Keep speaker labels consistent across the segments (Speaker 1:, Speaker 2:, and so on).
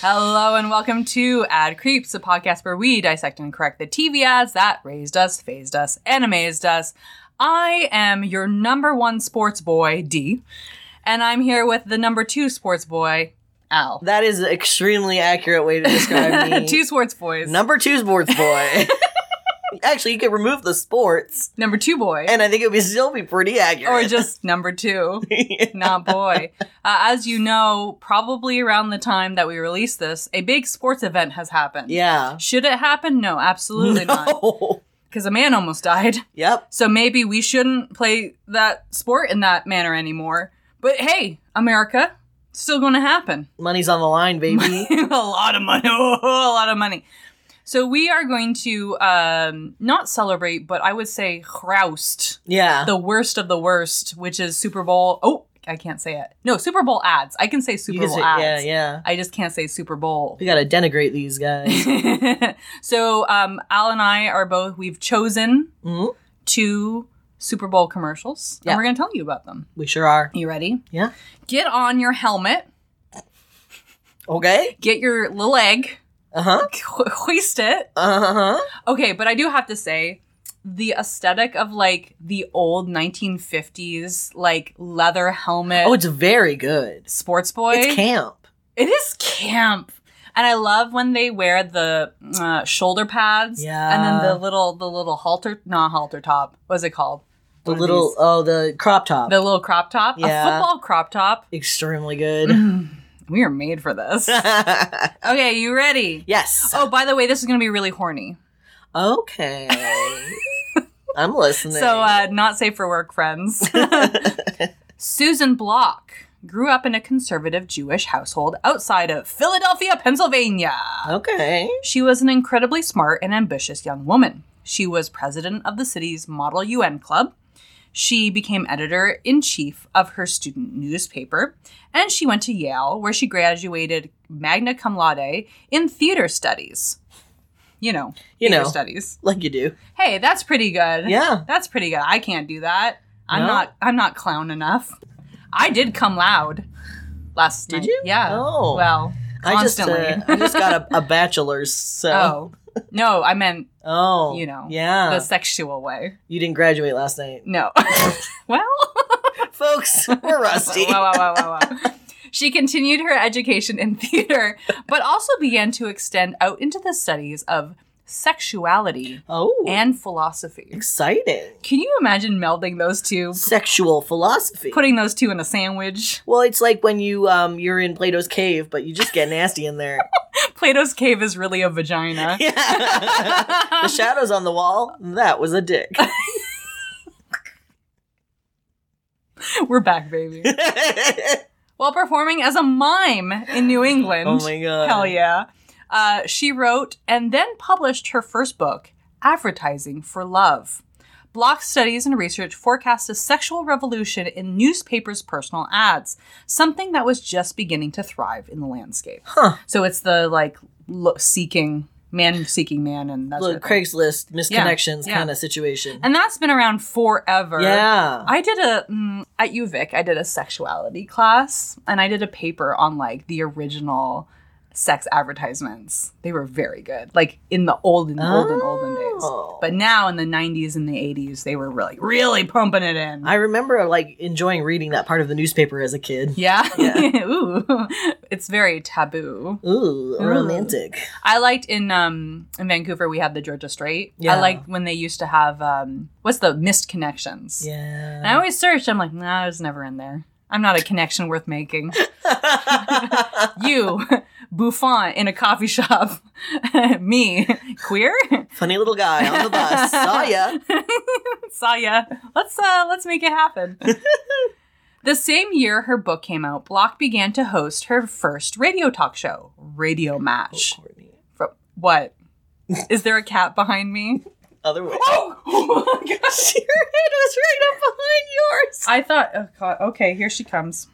Speaker 1: Hello and welcome to Ad Creeps, a podcast where we dissect and correct the TV ads that raised us, phased us, and amazed us. I am your number one sports boy, D, and I'm here with the number two sports boy, Al.
Speaker 2: That is an extremely accurate way to describe me.
Speaker 1: two sports boys.
Speaker 2: Number two sports boy. Actually, you could remove the sports,
Speaker 1: number two boy.
Speaker 2: and I think it would still be pretty
Speaker 1: or
Speaker 2: accurate.
Speaker 1: just number two,
Speaker 2: just
Speaker 1: not boy. Uh, as you know, probably around the time that we release this, a big sports event has happened.
Speaker 2: yeah.
Speaker 1: Should it happen? No, absolutely not.
Speaker 2: No.
Speaker 1: Because a man almost died.
Speaker 2: Yep.
Speaker 1: So maybe we shouldn't play that sport in that manner anymore. But hey, America, it's still going to happen.
Speaker 2: Money's on the line, baby.
Speaker 1: a lot of money. Oh, a lot of money. So we are going to um, not celebrate, but I would say roust
Speaker 2: yeah.
Speaker 1: the worst of the worst, which is Super Bowl. Oh, I can't say it. No, Super Bowl ads. I can say
Speaker 2: You
Speaker 1: Super
Speaker 2: could
Speaker 1: Bowl
Speaker 2: say-
Speaker 1: ads.
Speaker 2: yeah, yeah.
Speaker 1: I just can't say Super Bowl.
Speaker 2: We gotta denigrate these guys.
Speaker 1: so um, Al and I are both. We've chosen
Speaker 2: Mhm.
Speaker 1: two Super Bowl commercials,
Speaker 2: Yeah.
Speaker 1: and we're going to tell you about them.
Speaker 2: we sure are.
Speaker 1: You ready?
Speaker 2: Yeah.
Speaker 1: Get on your helmet.
Speaker 2: Okay.
Speaker 1: Get your little egg.
Speaker 2: Uh huh.
Speaker 1: Hoist it.
Speaker 2: Uh huh.
Speaker 1: Okay, but I do have to say, the aesthetic of like the old 1950s like leather helmet
Speaker 2: Oh, it's very good.
Speaker 1: sports boy.
Speaker 2: It's camp.
Speaker 1: It is camp. And I love when they wear the uh, shoulder pads.
Speaker 2: Yeah.
Speaker 1: And then the little the little halter not halter top. What's it called?
Speaker 2: The
Speaker 1: One of
Speaker 2: little,
Speaker 1: these.
Speaker 2: oh, the crop top.
Speaker 1: the little crop top.
Speaker 2: Yeah.
Speaker 1: A football crop top.
Speaker 2: Extremely
Speaker 1: Mm-hmm.
Speaker 2: good.
Speaker 1: We are made for this. okay, you ready?
Speaker 2: yes.
Speaker 1: Oh, by the way, this is gonna be really horny.
Speaker 2: Okay. I'm listening.
Speaker 1: So uh, not safe for work, friends. Susan Block grew up in a conservative Jewish household outside of Philadelphia, Pennsylvania.
Speaker 2: okay.
Speaker 1: She was an incredibly smart and ambitious young woman. She was president of the city's Model UN Club. She became editor in chief of her student newspaper, and she went to Yale, where she graduated magna cum laude in theater studies. You know,
Speaker 2: You
Speaker 1: theater
Speaker 2: know.
Speaker 1: studies.
Speaker 2: Like you do.
Speaker 1: Hey, that's pretty good.
Speaker 2: Yeah.
Speaker 1: that's pretty good. I can't do that. I'm
Speaker 2: No?
Speaker 1: not. I'm not clown enough. I did come loud last
Speaker 2: Did
Speaker 1: night.
Speaker 2: you?
Speaker 1: Yeah.
Speaker 2: Oh.
Speaker 1: Well, constantly.
Speaker 2: I just uh, I just got a, a bachelor's. So
Speaker 1: Oh. No, I meant
Speaker 2: oh,
Speaker 1: you know,
Speaker 2: yeah.
Speaker 1: the sexual way.
Speaker 2: you didn't graduate last night,
Speaker 1: No. well,
Speaker 2: folks. We're rusty.
Speaker 1: wow, wow, wow, wow, wow. She continued her education in theater, but also began to extend out into the studies of sexuality
Speaker 2: oh,
Speaker 1: and philosophy.
Speaker 2: exciting
Speaker 1: Can you imagine melding those two,
Speaker 2: sexual philosophy.
Speaker 1: putting those two in a sandwich?
Speaker 2: well, it's like when you um you're in Plato's cave, but you just get nasty in there.
Speaker 1: Plato's cave is really a vagina.
Speaker 2: yeah. the shadows on the wall. That was a dick.
Speaker 1: We're back, baby. While performing as a mime in New England.
Speaker 2: oh my god.
Speaker 1: Hell yeah. Uh, she wrote and then published her first book, Advertising for Love. Block studies and research forecast a sexual revolution in newspapers' personal ads, something that was just beginning to thrive in the landscape.
Speaker 2: Huh.
Speaker 1: So it's the like lo- seeking man, seeking man, and that's
Speaker 2: Little Craigslist misconnections
Speaker 1: Yeah.
Speaker 2: kind of situation.
Speaker 1: and that's been around forever.
Speaker 2: yeah.
Speaker 1: I did a mm, at UVic. I did a sexuality class, and I did a paper on like the original sex advertisements. They were very good, like in the olden, olden, olden days.
Speaker 2: Oh.
Speaker 1: But now in the '90s and the '80s, they were really, really pumping it in.
Speaker 2: I remember like enjoying reading that part of the newspaper as a kid.
Speaker 1: yeah,
Speaker 2: Yeah.
Speaker 1: ooh, it's very taboo. Mm.
Speaker 2: Ooh, romantic.
Speaker 1: I liked in um in Vancouver we had the Georgia Strait. I
Speaker 2: Yeah.
Speaker 1: liked when they used to have um what's the missed connections. And I
Speaker 2: Yeah.
Speaker 1: always search. I'm like, nah, I was never in there. I'm not a connection worth making. you, Buffon in a coffee shop. Me, queer.
Speaker 2: Funny little guy on the bus. Saw ya.
Speaker 1: Saw ya. Let's uh, let's make it happen. the same year her book came out, Block began to host her first radio talk show, Radio
Speaker 2: Oh,
Speaker 1: Match. From what? Is there a cat behind me?
Speaker 2: Other way.
Speaker 1: Oh my gosh.
Speaker 2: Your head was right up behind yours.
Speaker 1: I thought, oh god, okay, here she comes.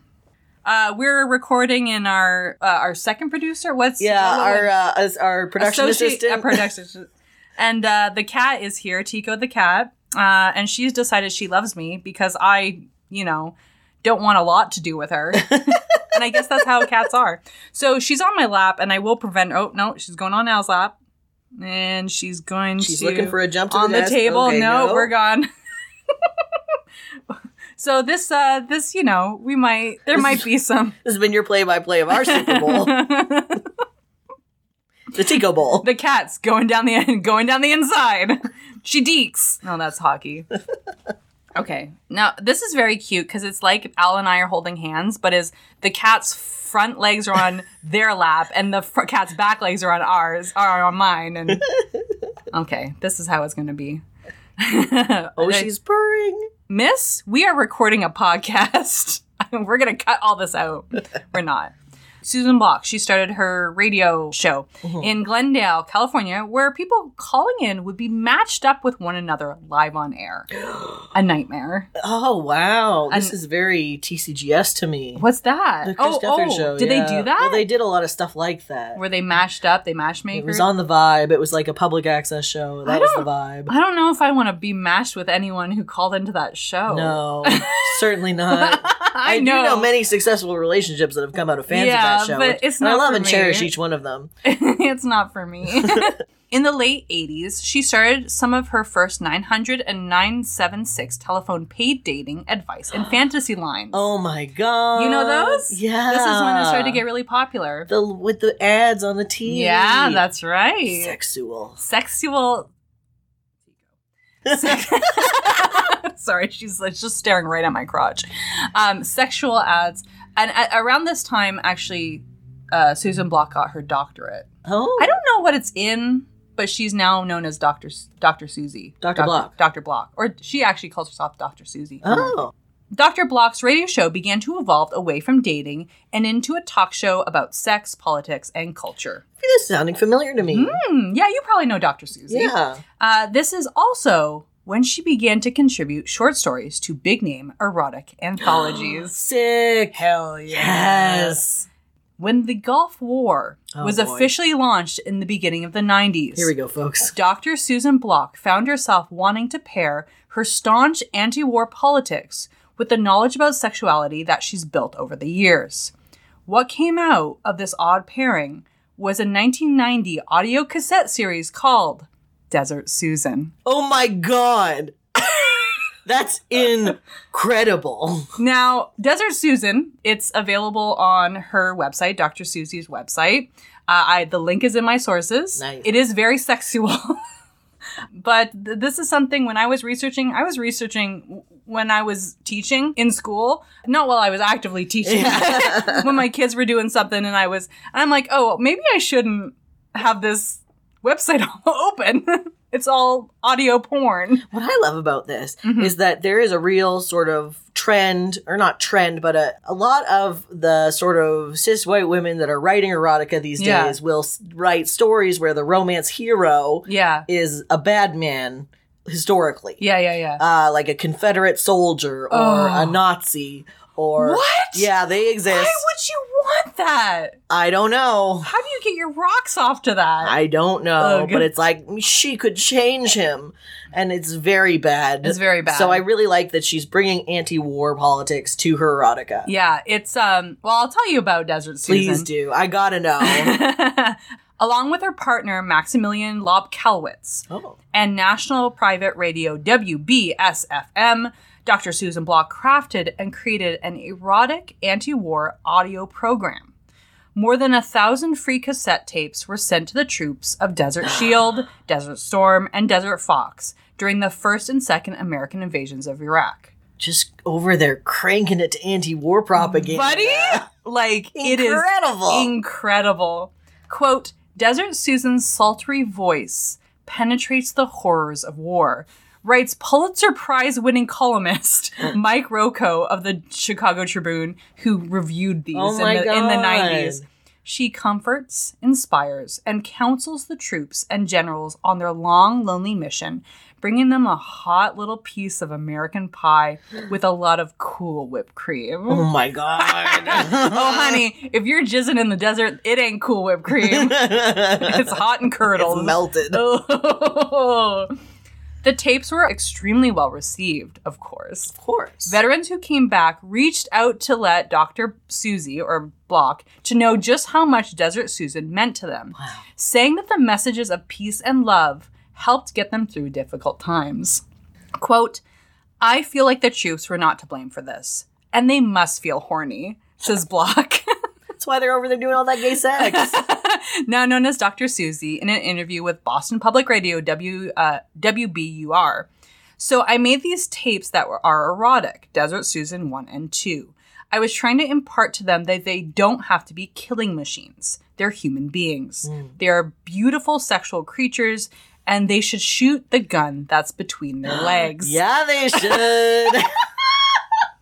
Speaker 1: Uh, we're recording in our uh, our second producer. What's
Speaker 2: Yeah, our uh, as our production
Speaker 1: associate
Speaker 2: assistant.
Speaker 1: uh, production assistant. and uh, the cat is here, Tico the cat, uh, and she's decided she loves me because I, you know, don't want a lot to do with her. and I guess that's how cats are. So she's on my lap, and I will prevent. Oh no, she's going on Al's lap, and she's going
Speaker 2: She's
Speaker 1: to
Speaker 2: looking for a jump to
Speaker 1: on the
Speaker 2: desk.
Speaker 1: table.
Speaker 2: Okay,
Speaker 1: no, we're gone. so this, uh this, you know, we might there might be some
Speaker 2: This has been your play-by-play of our Super Bowl,
Speaker 1: the
Speaker 2: the Tico Bowl.
Speaker 1: cat's going down the going down the inside. She deeks. No, that's hockey. Okay. Now this is very cute because it's like Al and I are holding hands, but is the cat's front legs are on their lap and the fr- cat's back legs are on ours, are on mine. And okay, this is how it's going to be.
Speaker 2: Oh, she's purring.
Speaker 1: Miss, we are recording a podcast. We're going to cut all this out. We're not. Susan Block, she started her radio show
Speaker 2: Mm-hmm.
Speaker 1: in Glendale, California, where people calling in would be matched up with one another live on air. A nightmare.
Speaker 2: Oh wow, this
Speaker 1: And-
Speaker 2: is very TCGS to me.
Speaker 1: What's that? Oh,
Speaker 2: The Chris Gethard show.
Speaker 1: did
Speaker 2: yeah.
Speaker 1: they do that?
Speaker 2: Well, they did a lot of stuff like that.
Speaker 1: Were they mashed up? They mash
Speaker 2: It
Speaker 1: makers?
Speaker 2: was on the vibe. It was like a public access show. That was the
Speaker 1: don't-
Speaker 2: vibe.
Speaker 1: I don't know if I want to be mashed with anyone who called into that show.
Speaker 2: No, certainly not.
Speaker 1: I,
Speaker 2: do know many successful relationships that have come out of fans
Speaker 1: Yeah,
Speaker 2: of that show.
Speaker 1: but
Speaker 2: which-
Speaker 1: it's
Speaker 2: and I
Speaker 1: not
Speaker 2: love
Speaker 1: for
Speaker 2: and
Speaker 1: me.
Speaker 2: cherish each one of them.
Speaker 1: it's not for me. In the late 80s, she started some of her first 900 and 976 telephone paid dating advice and fantasy lines.
Speaker 2: Oh my god!
Speaker 1: You know those?
Speaker 2: Yeah.
Speaker 1: This is when they started to get really popular.
Speaker 2: the with the ads on the TV.
Speaker 1: Yeah, that's right.
Speaker 2: sexual.
Speaker 1: Sexual. Sex- Sorry, she's like, just staring right at my crotch. Um, sexual ads. And a- around this time, actually, uh, Susan Block got her doctorate.
Speaker 2: Oh,
Speaker 1: I don't know what it's in, but she's now known as Doctor Doctor Susie,
Speaker 2: Dr. Block.
Speaker 1: Doctor Block, or she actually calls herself Doctor Susie.
Speaker 2: Oh,
Speaker 1: Doctor Block's radio show began to evolve away from dating and into a talk show about sex, politics, and culture.
Speaker 2: this is sounding familiar to me.
Speaker 1: Hmm, yeah, you probably know Doctor Susie.
Speaker 2: Yeah.
Speaker 1: Uh, this is also when she began to contribute short stories to big name erotic anthologies.
Speaker 2: Sick.
Speaker 1: Hell
Speaker 2: Yes.
Speaker 1: When the Gulf War
Speaker 2: Oh,
Speaker 1: was
Speaker 2: boy.
Speaker 1: officially launched in the beginning of the 90s.
Speaker 2: Here we go, folks.
Speaker 1: Dr. Susan Block found herself wanting to pair her staunch anti war politics with the knowledge about sexuality that she's built over the years. What came out of this odd pairing was a 1990 audio cassette series called Desert Susan.
Speaker 2: Oh my god. That's incredible.
Speaker 1: Now, Desert Susan, it's available on her website, Dr. Susie's website. Uh, I the link is in my sources.
Speaker 2: Nice.
Speaker 1: It is very sexual. but th- this is something when I was researching, I was researching w- when I was teaching in school, not while I was actively teaching. when my kids were doing something and I was and I'm like, "Oh, maybe I shouldn't have this website open. it's all audio porn."
Speaker 2: What I love about this
Speaker 1: Mm-hmm.
Speaker 2: is that there is a real sort of trend, or not trend, but a, a lot of the sort of cis white women that are writing erotica these
Speaker 1: Yeah.
Speaker 2: days will s- write stories where the romance hero
Speaker 1: Yeah.
Speaker 2: is a bad man historically.
Speaker 1: Yeah, yeah, yeah.
Speaker 2: Uh, like a Confederate soldier or
Speaker 1: Oh.
Speaker 2: a Nazi or.
Speaker 1: What?
Speaker 2: Yeah, they
Speaker 1: Why
Speaker 2: exist.
Speaker 1: would you want that?
Speaker 2: I don't know.
Speaker 1: How do you get your rocks off to that?
Speaker 2: I don't know,
Speaker 1: Ugh.
Speaker 2: but it's like she could change him, and it's very bad.
Speaker 1: It's very bad.
Speaker 2: So I really like that she's bringing anti-war politics to her erotica.
Speaker 1: yeah, it's um. Well, I'll tell you about Desert Susan.
Speaker 2: Please do. I gotta know.
Speaker 1: Along with her partner Maximilian Lobkowitz
Speaker 2: oh,
Speaker 1: and National Private Radio WBSFM, Dr. Susan Block crafted and created an erotic anti-war audio program. More than a thousand free cassette tapes were sent to the troops of Desert Shield, Desert Storm, and Desert Fox during the first and second American invasions of Iraq.
Speaker 2: just over there cranking it to anti-war propaganda,
Speaker 1: buddy. Like it is
Speaker 2: Incredible.
Speaker 1: incredible. Quote: Desert Susan's sultry voice penetrates the horrors of war. Writes Pulitzer Prize-winning columnist Mike Rocco of the Chicago Tribune, who reviewed these
Speaker 2: Oh
Speaker 1: in,
Speaker 2: my
Speaker 1: the, in the
Speaker 2: God.
Speaker 1: 90s. She comforts, inspires, and counsels the troops and generals on their long, lonely mission, bringing them a hot little piece of American pie with a lot of cool whipped cream.
Speaker 2: Oh my god.
Speaker 1: Oh, honey, if you're jizzing in the desert, it ain't cool whipped Oh. cream. it's hot and curdled.
Speaker 2: Melted.
Speaker 1: Oh. The tapes were extremely well received, of course.
Speaker 2: Of course.
Speaker 1: Veterans who came back reached out to let Dr. Susie or Block to know just how much Desert Susan meant to them,
Speaker 2: Wow.
Speaker 1: saying that the messages of peace and love helped get them through difficult times. Quote, I feel like the troops were not to blame for this, and they must feel horny, says Block.
Speaker 2: That's why they're over there doing all that gay sex.
Speaker 1: now known as Dr. Susie, in an interview with Boston Public Radio w, uh, WBUR. So I made these tapes that were, are erotic Desert Susan 1 and 2. I was trying to impart to them that they don't have to be killing machines. They're human beings.
Speaker 2: Hmm.
Speaker 1: They are beautiful sexual creatures, and they should shoot the gun that's between their legs.
Speaker 2: yeah, they should.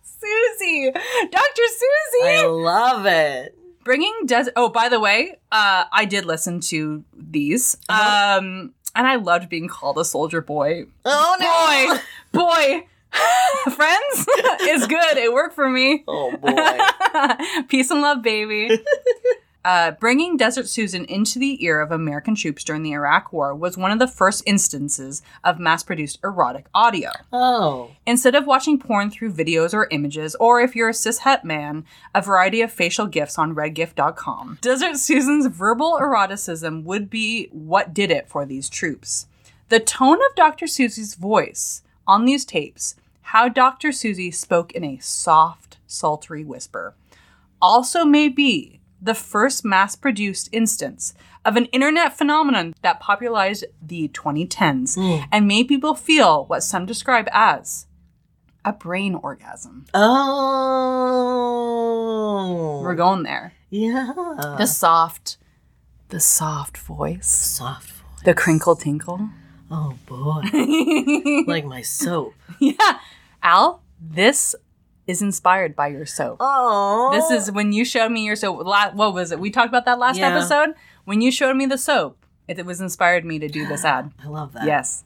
Speaker 1: Susie! Dr. Susie!
Speaker 2: I love it.
Speaker 1: bringing des oh by the way uh i did listen to these um and i loved being called a soldier boy
Speaker 2: Oh no.
Speaker 1: boy boy friends it's good it worked for me
Speaker 2: Oh boy.
Speaker 1: peace and love baby Uh, bringing Desert Susan into the ear of American troops during the Iraq War was one of the first instances of mass produced erotic audio.
Speaker 2: Oh.
Speaker 1: Instead of watching porn through videos or images, or if you're a cishet man, a variety of facial gifs on redgift.com, Desert Susan's verbal eroticism would be what did it for these troops. The tone of Dr. Susie's voice on these tapes, how Dr. Susie spoke in a soft, sultry whisper, also may be the first mass produced instance of an internet phenomenon that popularized the 2010s and made people feel what some describe as a brain orgasm.
Speaker 2: Oh.
Speaker 1: We're going there.
Speaker 2: yeah.
Speaker 1: The soft, the soft voice,
Speaker 2: soft voice.
Speaker 1: the crinkle tinkle.
Speaker 2: Oh boy. like my soap.
Speaker 1: yeah. Al, this is inspired by your soap.
Speaker 2: Oh.
Speaker 1: This is when you showed me your soap. la- What was it? We talked about that last
Speaker 2: Yeah.
Speaker 1: episode. When you showed me the soap, it, it was inspired me to do this ad.
Speaker 2: I love that.
Speaker 1: Yes.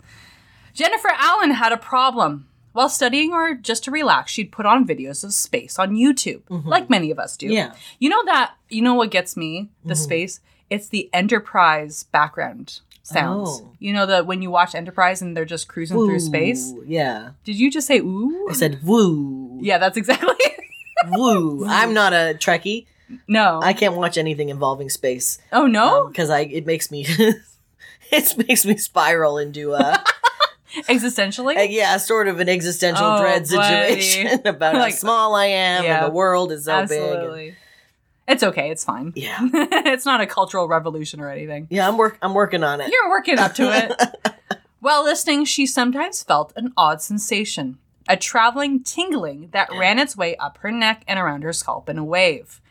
Speaker 1: Jennifer Allen had a problem. While studying or just to relax, she'd put on videos of space on YouTube, like many of us do.
Speaker 2: Mm-hmm. Yeah.
Speaker 1: You know that, you know what gets me, the
Speaker 2: Mm-hmm.
Speaker 1: space? It's the Enterprise background sounds.
Speaker 2: Oh.
Speaker 1: You know that when you watch Enterprise and they're just cruising through space?
Speaker 2: Woo. Yeah.
Speaker 1: Did you just say ooh?
Speaker 2: I said woo.
Speaker 1: yeah, that's exactly
Speaker 2: Woo. I'm not a Trekkie.
Speaker 1: No.
Speaker 2: I can't watch anything involving space.
Speaker 1: oh, no?
Speaker 2: because I it makes me it makes me spiral into a,
Speaker 1: Existentially?
Speaker 2: a- yeah sort of an existential
Speaker 1: Oh,
Speaker 2: dread
Speaker 1: buddy.
Speaker 2: situation about
Speaker 1: Like-
Speaker 2: how small I am
Speaker 1: Yeah.
Speaker 2: and the world is so big.
Speaker 1: Absolutely. It's okay. It's fine.
Speaker 2: and- yeah,
Speaker 1: it's not a cultural revolution or anything.
Speaker 2: yeah, I'm work I'm working on it.
Speaker 1: You're working up to it. While listening, she sometimes felt an odd sensation, a traveling tingling that ran its way up her neck and around her scalp in a wave.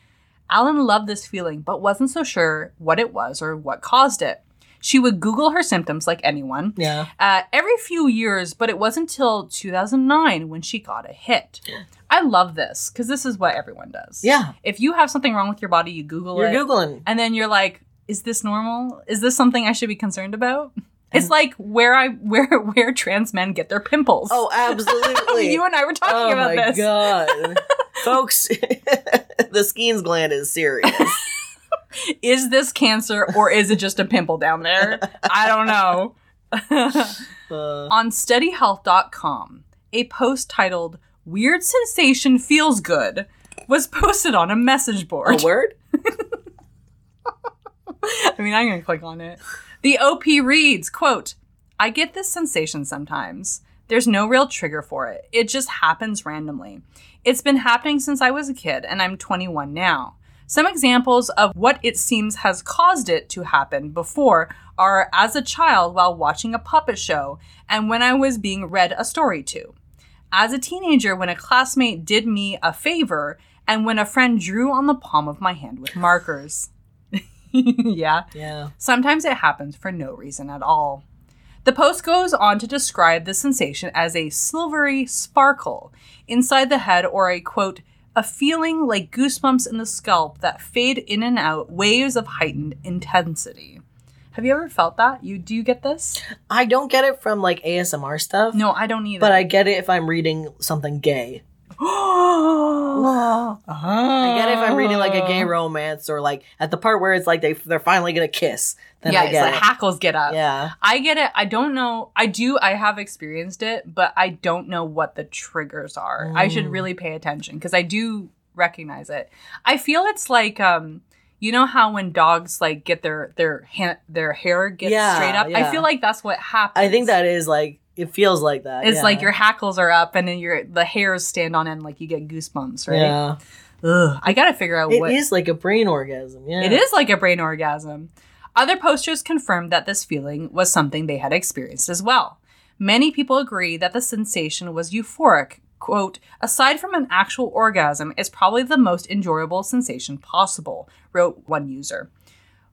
Speaker 1: Alan loved this feeling, but wasn't so sure what it was or what caused it. She would Google her symptoms like anyone
Speaker 2: Yeah,
Speaker 1: uh, every few years, but it wasn't until 2009 when she got a hit. I love this because this is what everyone does.
Speaker 2: Yeah.
Speaker 1: If you have something wrong with your body, you Google
Speaker 2: you're
Speaker 1: it
Speaker 2: googling.
Speaker 1: and then you're like is this normal is this something i should be concerned about it's like where i where where trans men get their pimples
Speaker 2: Oh, absolutely.
Speaker 1: you and i were talking
Speaker 2: oh
Speaker 1: about
Speaker 2: my
Speaker 1: this
Speaker 2: god, folks, the Skeens gland is serious.
Speaker 1: is this cancer or is it just a pimple down there i don't know
Speaker 2: Uh,
Speaker 1: on steadyhealth.com a post titled weird sensation feels good was posted on a message board
Speaker 2: a word?
Speaker 1: I mean, I'm going to click on it. The OP reads, quote, I get this sensation sometimes. There's no real trigger for it. It just happens randomly. It's been happening since I was a kid and I'm 21 now. Some examples of what it seems has caused it to happen before are as a child while watching a puppet show and when I was being read a story to. As a teenager, when a classmate did me a favor and when a friend drew on the palm of my hand with markers. yeah.
Speaker 2: Yeah.
Speaker 1: Sometimes it happens for no reason at all. The post goes on to describe the sensation as a silvery sparkle inside the head or a quote, a feeling like goosebumps in the scalp that fade in and out, waves of heightened intensity. Have you ever felt that? You do you get this?
Speaker 2: I don't get it from like ASMR stuff,
Speaker 1: No, I don't either.
Speaker 2: but I get it if I'm reading something gay. I
Speaker 1: I
Speaker 2: get it if I'm reading like a gay romance or like at the part where it's like they they're finally gonna kiss. Then
Speaker 1: yeah,
Speaker 2: I
Speaker 1: it's the
Speaker 2: get it.
Speaker 1: hackles get up.
Speaker 2: Yeah.
Speaker 1: I get it. I don't know. I do. I have experienced it, but I don't know what the triggers are. I should
Speaker 2: Mm.
Speaker 1: really pay attention because I do recognize it. I feel it's like um, you know how when dogs like get their their ha- their hair gets
Speaker 2: Yeah,
Speaker 1: straight up. I
Speaker 2: yeah.
Speaker 1: feel like that's what happens.
Speaker 2: I think that is like it feels like that.
Speaker 1: it's
Speaker 2: yeah.
Speaker 1: like your hackles are up and then your the hairs stand on end like you get goosebumps, right?
Speaker 2: Yeah.
Speaker 1: Ugh, I gotta figure out
Speaker 2: It is
Speaker 1: what
Speaker 2: like a brain orgasm. Yeah.
Speaker 1: It is like a brain orgasm. Other posters confirmed that this feeling was something they had experienced as well. Many people agree that the sensation was euphoric. Quote, aside from an actual orgasm, it's probably the most enjoyable sensation possible, wrote one user.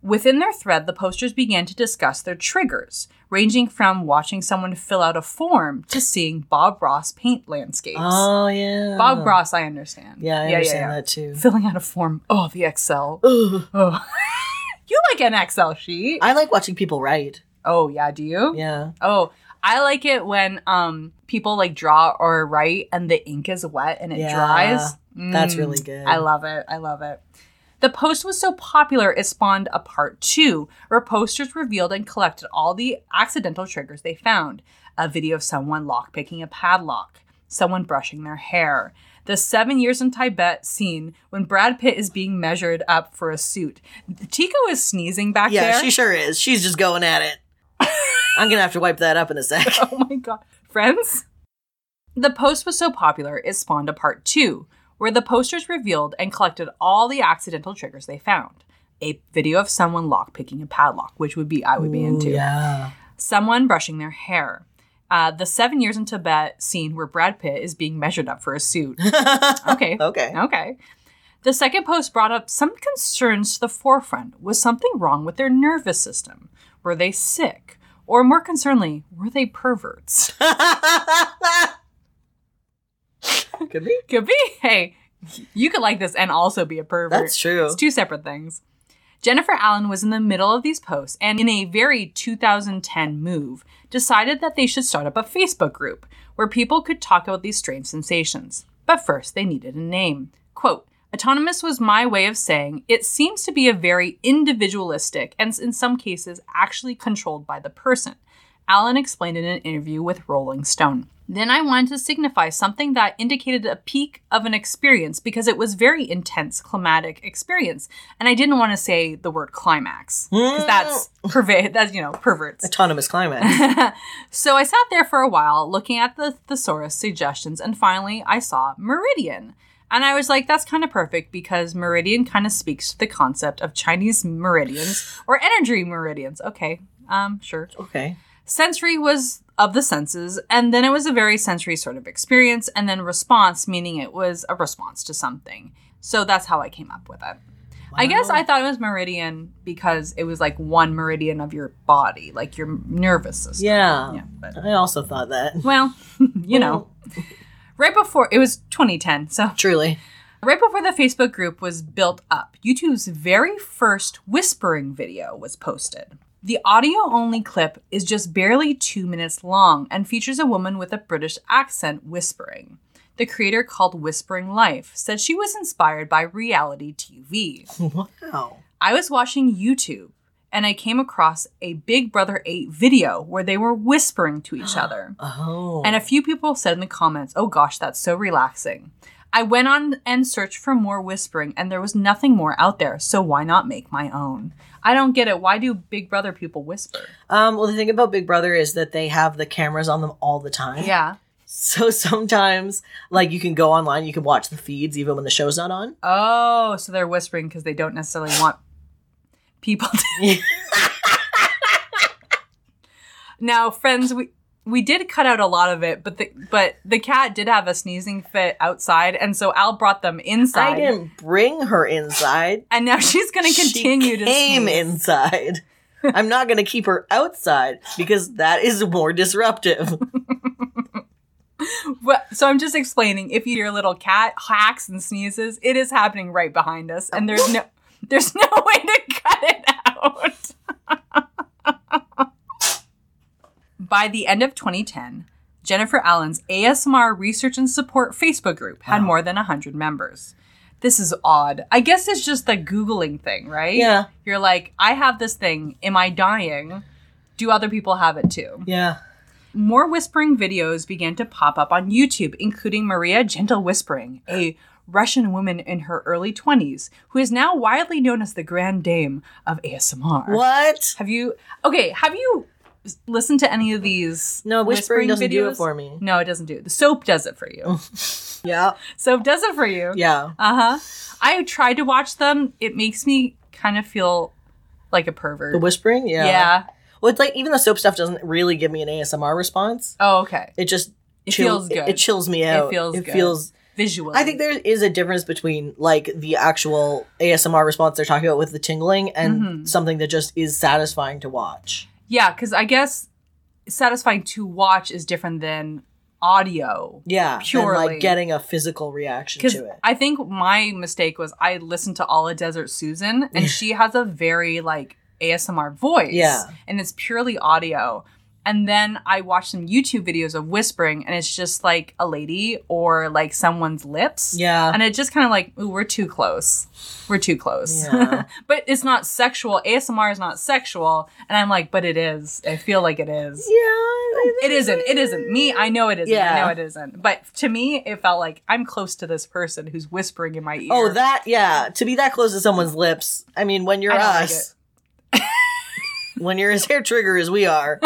Speaker 1: Within their thread, the posters began to discuss their triggers, ranging from watching someone fill out a form to seeing Bob Ross paint landscapes.
Speaker 2: Oh yeah.
Speaker 1: Bob Ross, I understand.
Speaker 2: Yeah, I understand that too.
Speaker 1: Filling out a form. Oh, the Excel.
Speaker 2: Ugh.
Speaker 1: Oh. you like an Excel sheet.
Speaker 2: I like watching people write.
Speaker 1: oh, yeah, do you?
Speaker 2: Yeah.
Speaker 1: Oh, I like it when um people like draw or write and the ink is wet and it
Speaker 2: Yeah,
Speaker 1: dries.
Speaker 2: that's
Speaker 1: Mm,
Speaker 2: really good.
Speaker 1: I love it. I love it. The post was so popular it spawned a part two, where posters revealed and collected all the accidental triggers they found. A video of someone lockpicking a padlock, someone brushing their hair, the seven years in Tibet scene when Brad Pitt is being measured up for a suit. Tico is sneezing back
Speaker 2: Yeah,
Speaker 1: there.
Speaker 2: she sure is. She's just going at it. I'm gonna have to wipe that up in a sec.
Speaker 1: oh my god. Friends? The post was so popular, it spawned a part two, where the posters revealed and collected all the accidental triggers they found. A video of someone lockpicking a padlock, which would be I would be into.
Speaker 2: Yeah.
Speaker 1: Someone brushing their hair. Uh, the seven years in Tibet scene where Brad Pitt is being measured up for a suit. Okay.
Speaker 2: Okay.
Speaker 1: Okay. The second post brought up some concerns to the forefront. Was something wrong with their nervous system? Were they sick? Or more concerningly, were they perverts?
Speaker 2: Could be.
Speaker 1: Could be. Hey, you could like this and also be a pervert.
Speaker 2: That's true.
Speaker 1: It's two separate things. Jennifer Allen was in the middle of these posts and, in a very 2010 move, decided that they should start up a Facebook group where people could talk about these strange sensations. But first, they needed a name. Quote Autonomous was my way of saying it seems to be a very individualistic and, in some cases, actually controlled by the person. Allen explained in an interview with Rolling Stone. Then I wanted to signify something that indicated a peak of an experience because it was very intense climatic experience, and I didn't want to say the word climax because that's pervert. That's you know perverts.
Speaker 2: Autonomous climax.
Speaker 1: So I sat there for a while looking at the thesaurus suggestions, and finally I saw meridian, and I was like, that's kind of perfect because meridian kind of speaks to the concept of Chinese meridians or energy meridians. Okay, um, sure
Speaker 2: Okay.
Speaker 1: sensory was of the senses, and then it was a very sensory sort of experience, and then response, meaning it was a response to something. So that's how I came up with it. I guess I thought it was meridian because it was like one meridian of your body, like your nervous system.
Speaker 2: Yeah.
Speaker 1: Yeah, but
Speaker 2: I also thought that.
Speaker 1: well, you know, right before it was 2010, so
Speaker 2: Truly.
Speaker 1: Right before the Facebook group was built up, YouTube's very first whispering video was posted. The audio only clip is just barely two minutes long and features a woman with a British accent whispering. The creator, called Whispering Life, said she was inspired by reality TV.
Speaker 2: Wow.
Speaker 1: I was watching YouTube and I came across a Big Brother 8 video where they were whispering to each other.
Speaker 2: Oh.
Speaker 1: And a few people said in the comments, oh gosh, that's so relaxing. I went on and searched for more whispering, and there was nothing more out there, so why not make my own? I don't get it. Why do Big Brother people whisper?
Speaker 2: Um, well, the thing about Big Brother is that they have the cameras on them all the time.
Speaker 1: Yeah.
Speaker 2: So sometimes, like, you can go online, you can watch the feeds even when the show's not on.
Speaker 1: Oh, so they're whispering because they don't necessarily want people to. now, friends, we. We did cut out a lot of it, but the but the cat did have a sneezing fit outside, and so Al brought them inside,
Speaker 2: I didn't bring her inside.
Speaker 1: and now she's going to continue
Speaker 2: she
Speaker 1: to
Speaker 2: came
Speaker 1: sneeze.
Speaker 2: inside. I'm not going to keep her outside because that is more disruptive.
Speaker 1: Well, so I'm just explaining. If you hear a little cat hacks and sneezes, it is happening right behind us, and there's no there's no way to cut it out. By the end of 2010, Jennifer Allen's ASMR Research and Support Facebook group had more than 100 members. This is odd. I guess it's just the Googling thing, right?
Speaker 2: Yeah.
Speaker 1: You're like, I have this thing. Am I dying? Do other people have it too?
Speaker 2: Yeah.
Speaker 1: More whispering videos began to pop up on YouTube, including Maria Gentle Whispering, a Russian woman in her early 20s who is now widely known as the Grand Dame of ASMR.
Speaker 2: What?
Speaker 1: Have you okay? Have you s- listened to any of these?
Speaker 2: No, whispering doesn't do it for me.
Speaker 1: No, it doesn't do it. The soap does it for you.
Speaker 2: Yeah.
Speaker 1: soap does it for you.
Speaker 2: Yeah.
Speaker 1: Uh huh. I tried to watch them. It makes me kind of feel like a pervert.
Speaker 2: The whispering? Yeah.
Speaker 1: yeah.
Speaker 2: Well, it's like even the soap stuff doesn't really give me an ASMR response.
Speaker 1: Oh, okay.
Speaker 2: It just
Speaker 1: It
Speaker 2: chill-
Speaker 1: feels
Speaker 2: it-
Speaker 1: good.
Speaker 2: It, chills me out.
Speaker 1: feels
Speaker 2: It
Speaker 1: good.
Speaker 2: feels.
Speaker 1: Visually,
Speaker 2: I think there is a difference between like the actual ASMR response they're talking about with the tingling and
Speaker 1: Mm-hmm.
Speaker 2: something that just is satisfying to watch.
Speaker 1: yeah, because I guess satisfying to watch is different than audio.
Speaker 2: Yeah. than,
Speaker 1: Purely.
Speaker 2: like getting a physical reaction
Speaker 1: Because
Speaker 2: to it.
Speaker 1: I think my mistake was I listened to Alla Desert Susan, and she has a very like ASMR voice.
Speaker 2: Yeah.
Speaker 1: And it's purely audio. And then I watched some YouTube videos of whispering, and it's just like a lady or like someone's lips.
Speaker 2: Yeah.
Speaker 1: And it just kind of like, ooh, we're too close. We're too close.
Speaker 2: Yeah.
Speaker 1: but it's not sexual. ASMR is not sexual. And I'm like, but it is. I feel like it is
Speaker 2: yeah. I
Speaker 1: it
Speaker 2: think-
Speaker 1: isn't. It isn't. Me, I know it isn't. I
Speaker 2: Yeah.
Speaker 1: know it isn't. But to me, it felt like I'm close to this person who's whispering in my ear.
Speaker 2: Oh, that yeah. To be that close to someone's lips. I mean, when you're
Speaker 1: I don't like
Speaker 2: us, when you're as hair trigger as we are,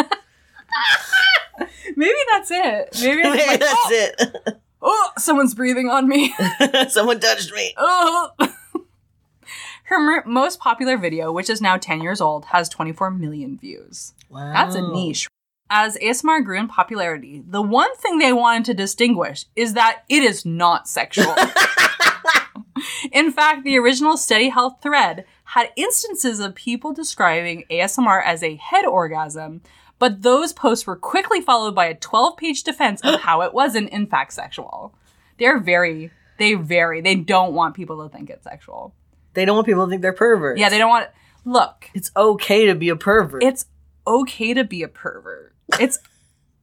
Speaker 1: Maybe that's it. Maybe it's
Speaker 2: maybe
Speaker 1: like,
Speaker 2: that's
Speaker 1: oh, oh, someone's breathing on me.
Speaker 2: it. Someone touched me.
Speaker 1: oh. Her mer- most popular video, which is now 10 years old, has 24 million views.
Speaker 2: Wow.
Speaker 1: That's a niche. As ASMR grew in popularity, the one thing they wanted to distinguish is that it is not sexual. in fact, the original Steady Health thread had instances of people describing ASMR as a head orgasm, but those posts were quickly followed by a 12 page defense of how it wasn't, in fact, sexual. They're very, they vary. They don't want people to think it's sexual.
Speaker 2: They don't want people to think they're perverts.
Speaker 1: Yeah, they don't want, look,
Speaker 2: It's okay to be a pervert. It's,
Speaker 1: it's okay to be a pervert. It's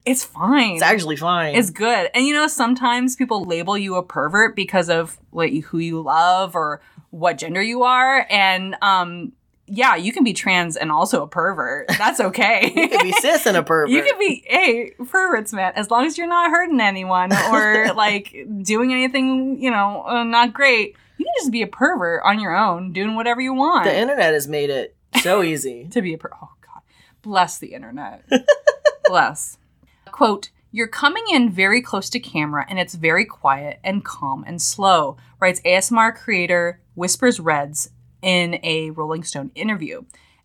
Speaker 1: it's fine.
Speaker 2: actually fine.
Speaker 1: It's good. And you know, sometimes people label you a pervert because of like who you love or what gender you are. And um yeah, you can be trans and also a pervert. That's
Speaker 2: you
Speaker 1: okay.
Speaker 2: could be cis and a pervert.
Speaker 1: you can be a perverts, man, as long as you're not hurting anyone or like doing anything, you know, uh, not great. You can just be a pervert on your own, doing whatever you want
Speaker 2: the internet has made it so easy.
Speaker 1: to be a per- oh god bless the internet bless quote you're coming in very close to camera and it's very quiet and calm and slow writes asmr creator whispers reds in a rolling stone interview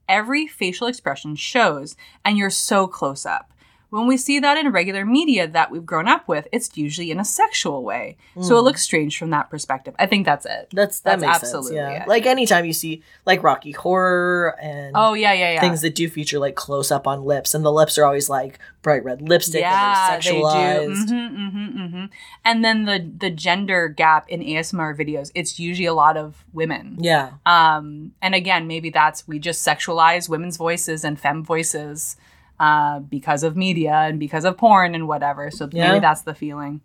Speaker 1: every facial expression shows and you're so close up when we see that in regular media that we've grown up with it's usually in a sexual way so it looks strange from that perspective i think that's it
Speaker 2: That's that
Speaker 1: That's
Speaker 2: makes
Speaker 1: absolutely
Speaker 2: sense. Yeah.
Speaker 1: it.
Speaker 2: Like anytime you see like Rocky Horror and
Speaker 1: oh yeah yeah yeah
Speaker 2: things that do feature like close up on lips, and the lips are always like bright red lipstick and they're
Speaker 1: They do.
Speaker 2: sexualized.
Speaker 1: Mhm, mhm, mhm. And then the the gender gap in ASMR videos, it's usually a lot of women.
Speaker 2: Yeah.
Speaker 1: Um, and again, maybe that's we just sexualize women's voices and femme voices uh, because of media and because of porn and whatever. So
Speaker 2: Yeah.
Speaker 1: maybe that's the feeling.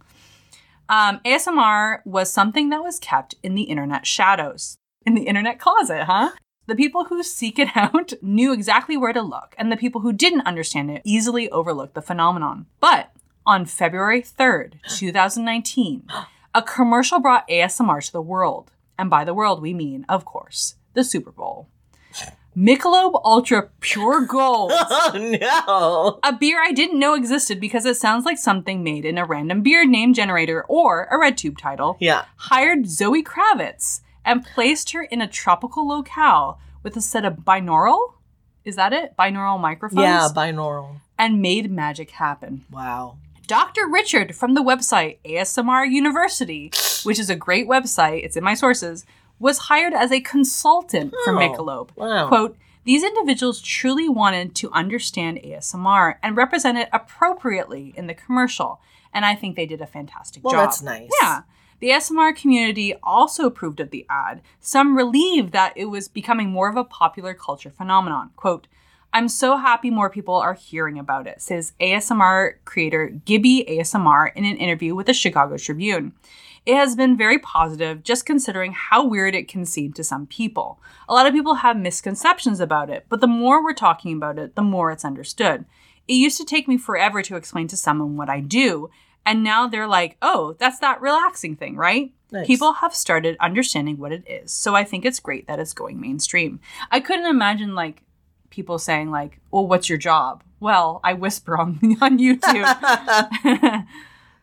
Speaker 1: Um, ASMR was something that was kept in the internet shadows, in the internet closet, huh? The people who seek it out knew exactly where to look, and the people who didn't understand it easily overlooked the phenomenon. But on February 3rd, 2019, a commercial brought ASMR to the world. And by the world, we mean, of course, the Super Bowl. Michelob Ultra Pure Gold,
Speaker 2: Oh
Speaker 1: a beer I didn't know existed because it sounds like something made in a random beer name generator or a RedTube title,
Speaker 2: Yeah.
Speaker 1: hired Zoe Kravitz and placed her in a tropical locale with a set of binaural, is that it? Binaural microphones?
Speaker 2: Yeah, binaural.
Speaker 1: And made magic happen.
Speaker 2: Wow.
Speaker 1: Dr. Richard from the website ASMR University, which is a great website, it's in my sources, was hired as a consultant for
Speaker 2: Oh,
Speaker 1: Michelob.
Speaker 2: wow.
Speaker 1: Quote, these individuals truly wanted to understand ASMR and represent it appropriately in the commercial, and I think they did a fantastic
Speaker 2: Well,
Speaker 1: job.
Speaker 2: that's nice.
Speaker 1: Yeah. The ASMR community also approved of the ad, some relieved that it was becoming more of a popular culture phenomenon. Quote, I'm so happy more people are hearing about it, says ASMR creator Gibby ASMR in an interview with the Chicago Tribune. It has been very positive, just considering how weird it can seem to some people. A lot of people have misconceptions about it, but the more we're talking about it, the more it's understood. It used to take me forever to explain to someone what I do, and now they're like, oh, that's that relaxing thing, right?
Speaker 2: Nice.
Speaker 1: People have started understanding what it is, so I think it's great that it's going mainstream. I couldn't imagine like people saying like, "Well, what's your job?" Well, I whisper on on YouTube.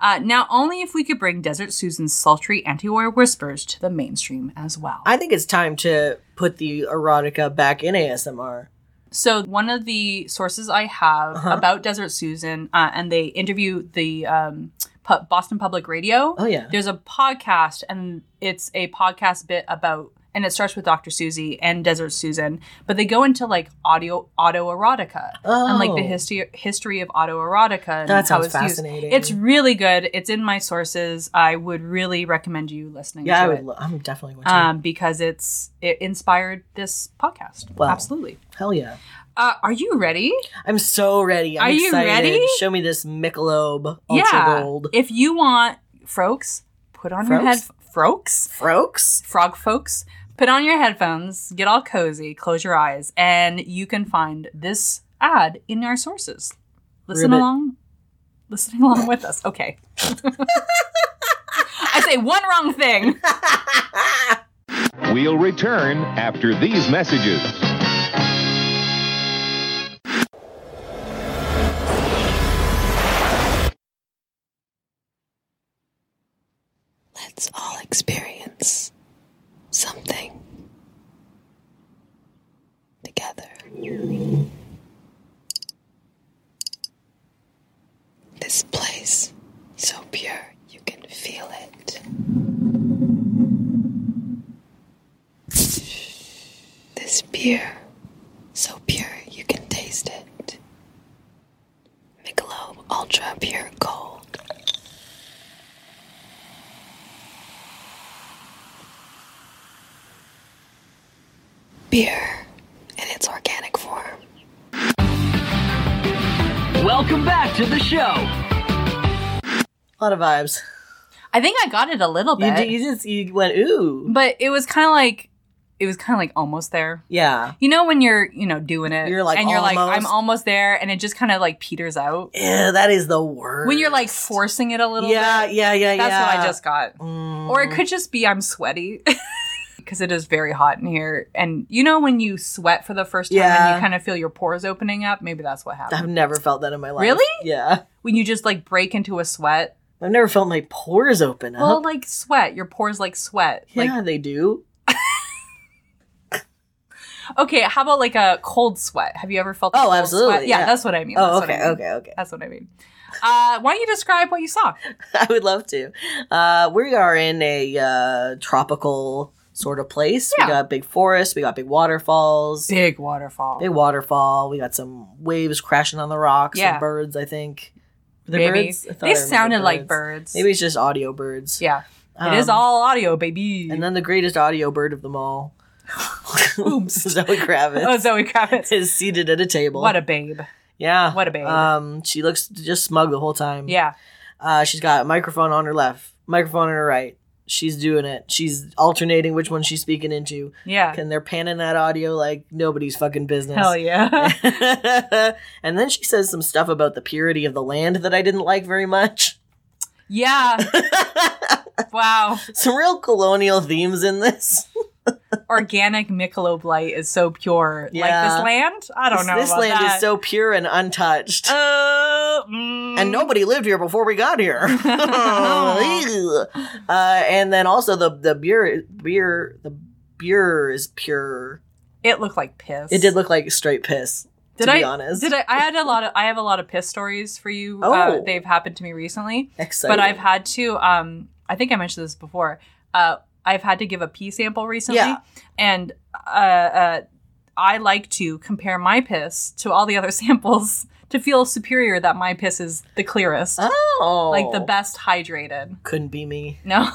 Speaker 1: Uh, now, only if we could bring Desert Susan's sultry anti-war whispers to the mainstream as well.
Speaker 2: I think it's time to put the erotica back in ASMR.
Speaker 1: So, one of the sources I have
Speaker 2: Uh-huh.
Speaker 1: about Desert Susan, uh, and they interview the um, Pu- Boston Public Radio.
Speaker 2: Oh, yeah.
Speaker 1: There's a podcast, and it's a podcast bit about, and it starts with Dr. Susie and Desert Susan, but they go into like audio autoerotica and like the
Speaker 2: Oh.
Speaker 1: history history of autoerotica. And
Speaker 2: That
Speaker 1: how
Speaker 2: sounds
Speaker 1: it's used.
Speaker 2: fascinating.
Speaker 1: It's really good. It's in my sources. I would really recommend you listening.
Speaker 2: Yeah,
Speaker 1: to
Speaker 2: I would.
Speaker 1: it
Speaker 2: Lo- I'm definitely going to.
Speaker 1: um, because it's it inspired this podcast.
Speaker 2: Wow.
Speaker 1: Absolutely.
Speaker 2: Hell yeah!
Speaker 1: Uh, are you ready?
Speaker 2: I'm so ready. I'm
Speaker 1: Are you
Speaker 2: excited.
Speaker 1: ready?
Speaker 2: Show me this Michelob Ultra Gold.
Speaker 1: If you want Frokes, put on your
Speaker 2: Frokes?
Speaker 1: head Frokes,
Speaker 2: Frokes.
Speaker 1: frog folks. Put on your headphones, get all cozy, close your eyes, and you can find this ad in our sources. Listen
Speaker 2: Ribbit.
Speaker 1: along, listening along with us. Okay. I say one wrong thing.
Speaker 3: We'll return after these messages.
Speaker 4: Let's all experience something together. This place, so pure you can feel it. This beer, so pure you can taste it. Michelob Ultra Pure Gold. beer in its organic form.
Speaker 5: Welcome back to the show.
Speaker 2: A lot of vibes.
Speaker 1: I think I got it a little
Speaker 2: You,
Speaker 1: bit,
Speaker 2: d- you just you went ooh.
Speaker 1: but it was kind of like it was kind of like almost there.
Speaker 2: Yeah.
Speaker 1: You know when you're, you know, doing it,
Speaker 2: You're like,
Speaker 1: and you're like,
Speaker 2: almost.
Speaker 1: I'm almost there, and it just kind of like peters out
Speaker 2: Yeah, that is the worst.
Speaker 1: when you're like forcing it a little.
Speaker 2: Yeah,
Speaker 1: bit,
Speaker 2: yeah, yeah, yeah.
Speaker 1: that's what I just got.
Speaker 2: Mm.
Speaker 1: Or it could just be I'm sweaty because it is very hot in here, and you know when you sweat for the first time and
Speaker 2: Yeah.
Speaker 1: you kind of feel your pores opening up. Maybe that's what happened.
Speaker 2: I've never felt that in my life.
Speaker 1: Really?
Speaker 2: Yeah.
Speaker 1: when you just like break into a sweat,
Speaker 2: I've never felt my pores open up.
Speaker 1: well, like sweat, your pores like sweat.
Speaker 2: yeah,
Speaker 1: Like
Speaker 2: they do.
Speaker 1: okay, how about like a cold sweat? Have you ever felt? a
Speaker 2: Oh,
Speaker 1: cold
Speaker 2: absolutely,
Speaker 1: Sweat? Yeah,
Speaker 2: yeah.
Speaker 1: that's what I mean.
Speaker 2: Oh,
Speaker 1: that's what I
Speaker 2: okay,
Speaker 1: mean.
Speaker 2: okay, okay.
Speaker 1: That's what I mean. Uh, why don't you describe what you saw?
Speaker 2: I would love to. Uh, we are in a uh, tropical sort of place.
Speaker 1: Yeah.
Speaker 2: We got big forests. We got big waterfalls. Big,
Speaker 1: Big waterfall.
Speaker 2: waterfall. We got some waves crashing on the rocks.
Speaker 1: Yeah.
Speaker 2: Some birds, I think. Were there
Speaker 1: Maybe.
Speaker 2: birds? I thought I
Speaker 1: They
Speaker 2: remembered
Speaker 1: sounded like birds.
Speaker 2: Maybe it's just audio birds.
Speaker 1: Yeah.
Speaker 2: Um,
Speaker 1: it is all audio, baby.
Speaker 2: And then the greatest audio bird of them all,
Speaker 1: Oops.
Speaker 2: Zoe Kravitz,
Speaker 1: oh, Zoe Kravitz.
Speaker 2: is seated at a table.
Speaker 1: What a babe.
Speaker 2: yeah,
Speaker 1: what a babe.
Speaker 2: Um, she looks just smug the whole time.
Speaker 1: Yeah.
Speaker 2: Uh, she's got a microphone on her left, microphone on her right. She's doing it. She's alternating which one she's speaking into.
Speaker 1: Yeah.
Speaker 2: And they're panning that audio like nobody's fucking business.
Speaker 1: Hell yeah.
Speaker 2: and then she says some stuff about the purity of the land that I didn't like very much.
Speaker 1: yeah. wow.
Speaker 2: Some real colonial themes in this.
Speaker 1: Organic Michelob Light is so pure. Like
Speaker 2: Yeah.
Speaker 1: this land? I don't know.
Speaker 2: This
Speaker 1: about
Speaker 2: land is
Speaker 1: that.
Speaker 2: so pure and untouched.
Speaker 1: Uh, mm,
Speaker 2: and nobody lived here before we got here. Ew. uh, and then also the the beer beer the beer is pure.
Speaker 1: It looked like piss.
Speaker 2: It did look like straight piss.
Speaker 1: Did
Speaker 2: to
Speaker 1: I,
Speaker 2: be honest,
Speaker 1: Did I? I had a lot of. I have a lot of piss stories for you. Uh,
Speaker 2: Oh.
Speaker 1: they've happened to me recently.
Speaker 2: Exciting.
Speaker 1: But I've had to. Um, I think I mentioned this before. Uh, I've had to give a pee sample recently,
Speaker 2: Yeah.
Speaker 1: and uh, uh, I like to compare my piss to all the other samples to feel superior that my piss is the clearest,
Speaker 2: Oh,
Speaker 1: like the best hydrated.
Speaker 2: Couldn't be me.
Speaker 1: No,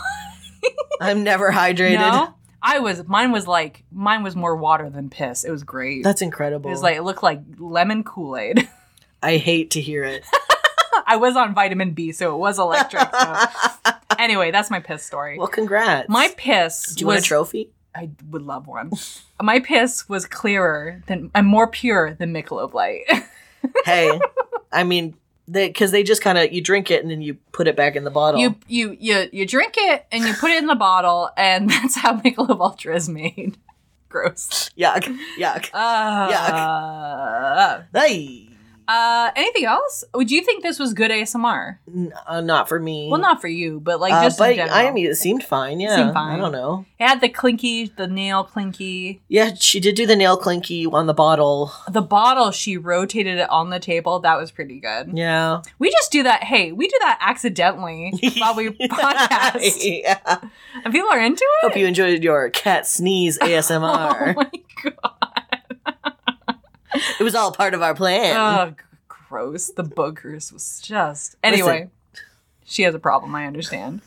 Speaker 2: I'm never hydrated.
Speaker 1: no, I was mine was like mine was more water than piss. It was great.
Speaker 2: That's incredible.
Speaker 1: it was like it looked like lemon Kool Aid.
Speaker 2: I hate to hear it.
Speaker 1: I was on vitamin B, so it was electric. so- Anyway, that's my piss story.
Speaker 2: Well, congrats.
Speaker 1: my piss
Speaker 2: Do you
Speaker 1: was
Speaker 2: want a trophy?
Speaker 1: I would love one. my piss was clearer than and more pure than Michelob Light.
Speaker 2: hey, I mean, because they, just kind of you drink it and then you put it back in the bottle.
Speaker 1: you you you you drink it and you put it in the bottle, and that's how Michelob Ultra is made. Gross.
Speaker 2: yuck, yuck.
Speaker 1: Uh,
Speaker 2: Hey,
Speaker 1: Uh, anything else? Would you think this was good ASMR?
Speaker 2: N- uh, not for me.
Speaker 1: Well, not for you, but like
Speaker 2: Uh,
Speaker 1: just
Speaker 2: but
Speaker 1: in general.
Speaker 2: I mean, it seemed fine. Yeah,
Speaker 1: Seemed fine.
Speaker 2: I don't know.
Speaker 1: it had the clinky, the nail clinky.
Speaker 2: Yeah, she did do the nail clinky on the bottle.
Speaker 1: The bottle she rotated it on the table. That was pretty good.
Speaker 2: Yeah,
Speaker 1: We just do that. Hey, we do that accidentally while we podcast,
Speaker 2: yeah.
Speaker 1: and people are into it.
Speaker 2: Hope you enjoyed your cat sneeze
Speaker 1: Oh
Speaker 2: ASMR.
Speaker 1: my god!
Speaker 2: it was all part of our plan.
Speaker 1: Oh, g- gross. The boogers was just. Anyway, she has a problem. I understand.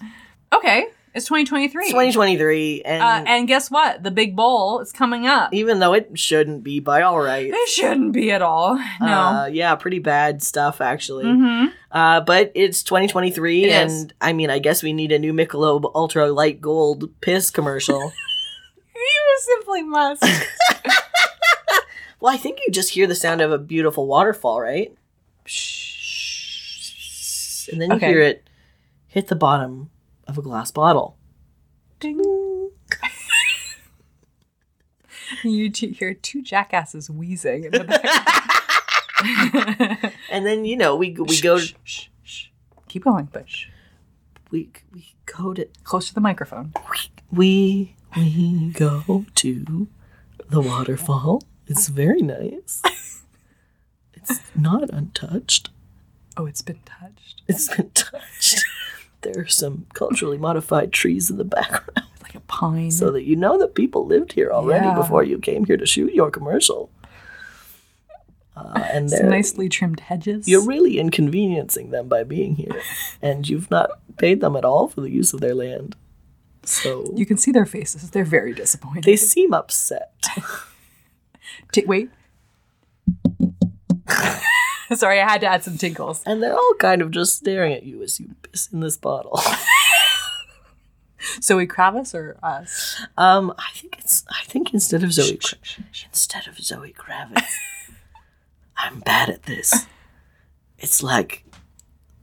Speaker 1: Okay, it's 2023.
Speaker 2: 2023, and,
Speaker 1: Uh, and guess what? The big bowl is coming up.
Speaker 2: even though it shouldn't be, by all rights.
Speaker 1: It shouldn't be at all. No.
Speaker 2: Uh, yeah, pretty bad stuff actually.
Speaker 1: Mhm.
Speaker 2: Uh, but it's 2023,
Speaker 1: It
Speaker 2: and
Speaker 1: is.
Speaker 2: I mean, I guess we need a new Michelob Ultra Light Gold piss commercial.
Speaker 1: You simply must.
Speaker 2: well, I think you just hear the sound of a beautiful waterfall, right? And then you
Speaker 1: Okay.
Speaker 2: hear it hit the bottom of a glass bottle.
Speaker 1: Ding. you two hear two jackasses wheezing in the back.
Speaker 2: And then you know we we go
Speaker 1: Shh, shh, shh. Keep going, but shh.
Speaker 2: we we go to
Speaker 1: close to the microphone.
Speaker 2: we we go to the waterfall. It's very nice. It's not untouched.
Speaker 1: Oh, it's been touched.
Speaker 2: It's been touched. There are some culturally modified trees in the background
Speaker 1: It's like a pine.
Speaker 2: so that you know that people lived here already
Speaker 1: Yeah.
Speaker 2: before you came here to shoot your commercial. Uh, and
Speaker 1: Some
Speaker 2: there,
Speaker 1: nicely trimmed hedges.
Speaker 2: you're really inconveniencing them by being here, and you've not paid them at all for the use of their land. So
Speaker 1: you can see their faces. They're very disappointed.
Speaker 2: they seem upset.
Speaker 1: Ti- wait. Sorry, I had to add some tinkles.
Speaker 2: and they're all kind of just staring at you as you piss in this bottle.
Speaker 1: Zoe Kravis or us?
Speaker 2: Um, I think it's. I think instead of Zoe, Kra- instead of Zoe Kravitz, I'm bad at this. It's like,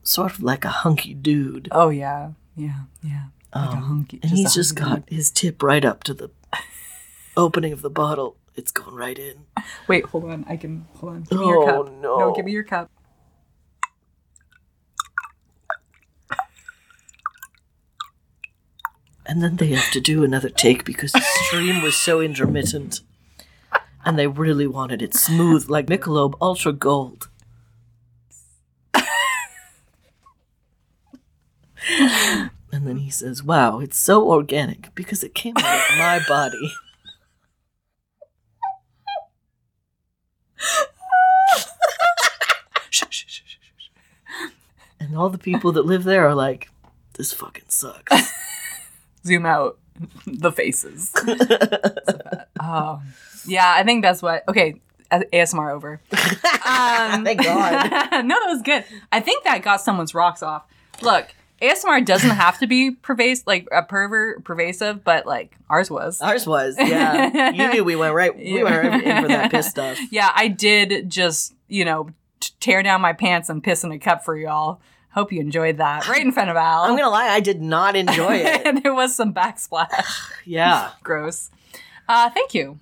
Speaker 2: sort of like a hunky dude,
Speaker 1: Oh yeah, yeah, yeah. Like a hunky.
Speaker 2: Um, and he's
Speaker 1: a
Speaker 2: just
Speaker 1: hunky.
Speaker 2: got his tip right up to the opening of the bottle. It's going right in.
Speaker 1: Wait, hold on. I can hold on. Give me your
Speaker 2: Oh,
Speaker 1: cup.
Speaker 2: no.
Speaker 1: No, give me your cup.
Speaker 2: And then they have to do another take because the stream was so intermittent. And they really wanted it smooth, like Michelob Ultra Gold. and then he says, Wow, it's so organic because it came out of my body. and all the people that live there are like, This fucking sucks.
Speaker 1: Zoom out the faces. So bad. oh, yeah. I think that's what. Okay, A- ASMR over. Um,
Speaker 2: Thank God.
Speaker 1: no, that was good. I think that got someone's rocks off. Look. ASMR doesn't have to be pervasive, like a perver pervasive, but like ours was.
Speaker 2: Ours was, yeah. you knew we went right. We went right in for that piss stuff.
Speaker 1: Yeah, I did just, you know, t- tear down my pants and piss in a cup for y'all. Hope you enjoyed that. Right in front of Al.
Speaker 2: I'm gonna lie, I did not enjoy it.
Speaker 1: and there was some backsplash.
Speaker 2: Yeah,
Speaker 1: Gross. Uh, thank you.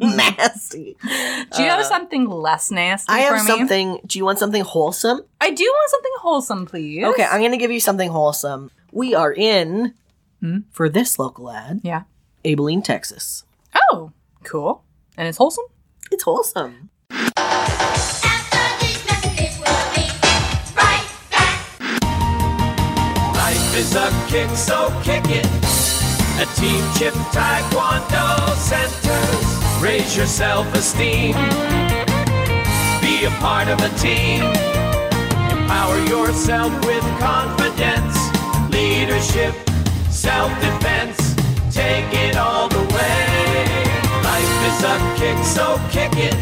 Speaker 2: nasty.
Speaker 1: Do you have something less nasty
Speaker 2: Uh, I
Speaker 1: for
Speaker 2: have
Speaker 1: me?
Speaker 2: something. Do you want something wholesome?
Speaker 1: I do want something wholesome, please.
Speaker 2: Okay, I'm gonna give you something wholesome. We are in
Speaker 1: Hmm?
Speaker 2: for this local ad,
Speaker 1: yeah.
Speaker 2: Abilene, Texas.
Speaker 1: Oh, cool. And it's wholesome?
Speaker 2: It's wholesome.
Speaker 6: After these messages, we'll be right back.
Speaker 7: Life is a kick, so kick it. A Team Chip Taekwondo centers. Raise your self-esteem. Be a part of a team. Empower yourself with confidence, leadership, self-defense. take it all the way. Life is a kick, so kick it.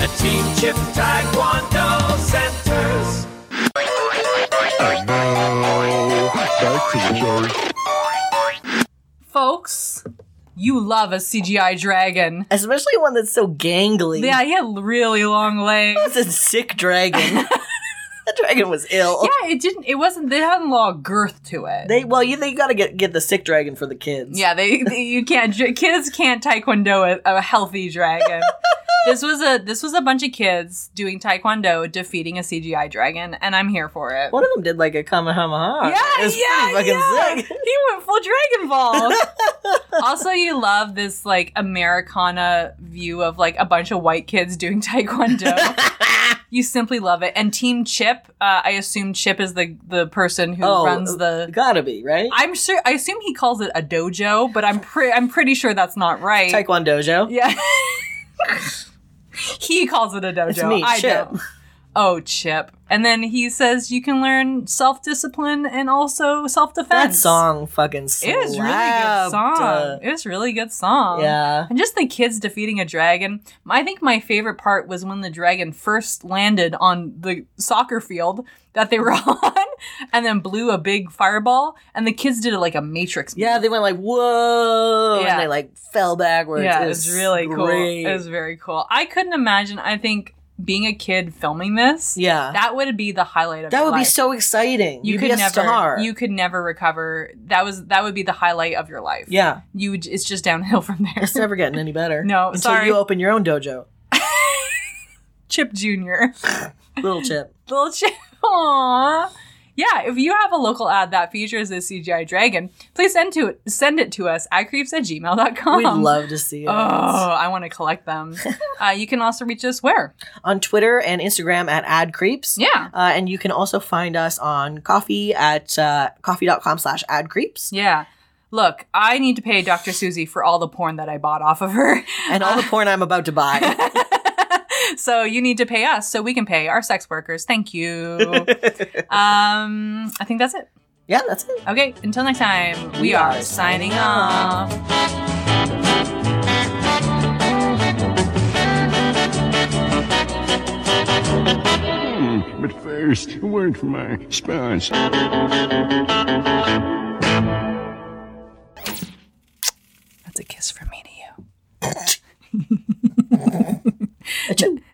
Speaker 7: At Team Chip Taekwondo Centers.
Speaker 1: Folks, you love a CGI dragon.
Speaker 2: Especially one that's so gangly.
Speaker 1: Yeah, he had really long legs.
Speaker 2: It's a sick dragon. that dragon was ill.
Speaker 1: Yeah, it didn't. It wasn't. They hadn't a lot of girth to it.
Speaker 2: They well, you they gotta get get the sick dragon for the kids.
Speaker 1: yeah, they, they- you can't. dr- Kids can't taekwondo a, a healthy dragon. this was a this was a bunch of kids doing taekwondo defeating a CGI dragon, and I'm here for it.
Speaker 2: One of them did like a kamehameha.
Speaker 1: Yeah,
Speaker 2: It's
Speaker 1: yeah,
Speaker 2: pretty
Speaker 1: yeah.
Speaker 2: fucking sick.
Speaker 1: He went full Dragon Ball. also, you love this like Americana view of like a bunch of white kids doing taekwondo. you simply love it. And Team Chip, uh, I assume Chip is the the person who
Speaker 2: Oh,
Speaker 1: runs the.
Speaker 2: Gotta be right.
Speaker 1: I'm sure. I assume he calls it a dojo, but I'm pre- I'm pretty sure that's not right.
Speaker 2: Taekwondo dojo.
Speaker 1: yeah. he calls it a dojo.
Speaker 2: It's me,
Speaker 1: I
Speaker 2: Chip.
Speaker 1: don't. Oh, Chip. And then he says you can learn self discipline and also self
Speaker 2: That
Speaker 1: defense.
Speaker 2: song fucking slapped.
Speaker 1: It was really good song. It was really good song.
Speaker 2: uh, Yeah.
Speaker 1: And just the kids defeating a dragon. I think my favorite part was when the dragon first landed on the soccer field that they were on and then blew a big fireball and the kids did it like a matrix. move.
Speaker 2: Yeah, they went like whoa,
Speaker 1: Yeah.
Speaker 2: and they like fell backwards.
Speaker 1: Yeah,
Speaker 2: it
Speaker 1: it
Speaker 2: was
Speaker 1: was really cool.
Speaker 2: great.
Speaker 1: It was very cool. I couldn't imagine I think being a kid filming this.
Speaker 2: yeah, that,
Speaker 1: That would be the highlight of your
Speaker 2: would be
Speaker 1: life.
Speaker 2: so exciting.
Speaker 1: you
Speaker 2: You'd
Speaker 1: could
Speaker 2: be a
Speaker 1: never
Speaker 2: star.
Speaker 1: you could never recover. That was that would be the highlight of your life.
Speaker 2: yeah,
Speaker 1: You would, it's just downhill from there.
Speaker 2: it's never getting any better.
Speaker 1: No,
Speaker 2: until
Speaker 1: sorry.
Speaker 2: you open your own dojo,
Speaker 1: Chip Jr.
Speaker 2: little chip.
Speaker 1: Little Chip. Aww. Yeah, if you have a local ad that features this CGI dragon, please send to it send it to us at creeps at gmail.com.
Speaker 2: We'd love to see it.
Speaker 1: Oh, I want to collect them. uh, you can also reach us where?
Speaker 2: on Twitter and Instagram at Ad Creeps.
Speaker 1: Yeah.
Speaker 2: Uh, and you can also find us on coffee at uh, coffee.com slash ad creeps
Speaker 1: Yeah. Look, I need to pay Dr. Susie for all the porn that I bought off of her.
Speaker 2: and all the porn I'm about to buy.
Speaker 1: so you need to pay us so we can pay our sex workers. Thank you. um, I think that's it.
Speaker 2: yeah, that's it.
Speaker 1: Okay, until next time, we, are signing off.
Speaker 3: But first, a word from our sponsor.
Speaker 1: That's a kiss from me to you.
Speaker 2: Achoo.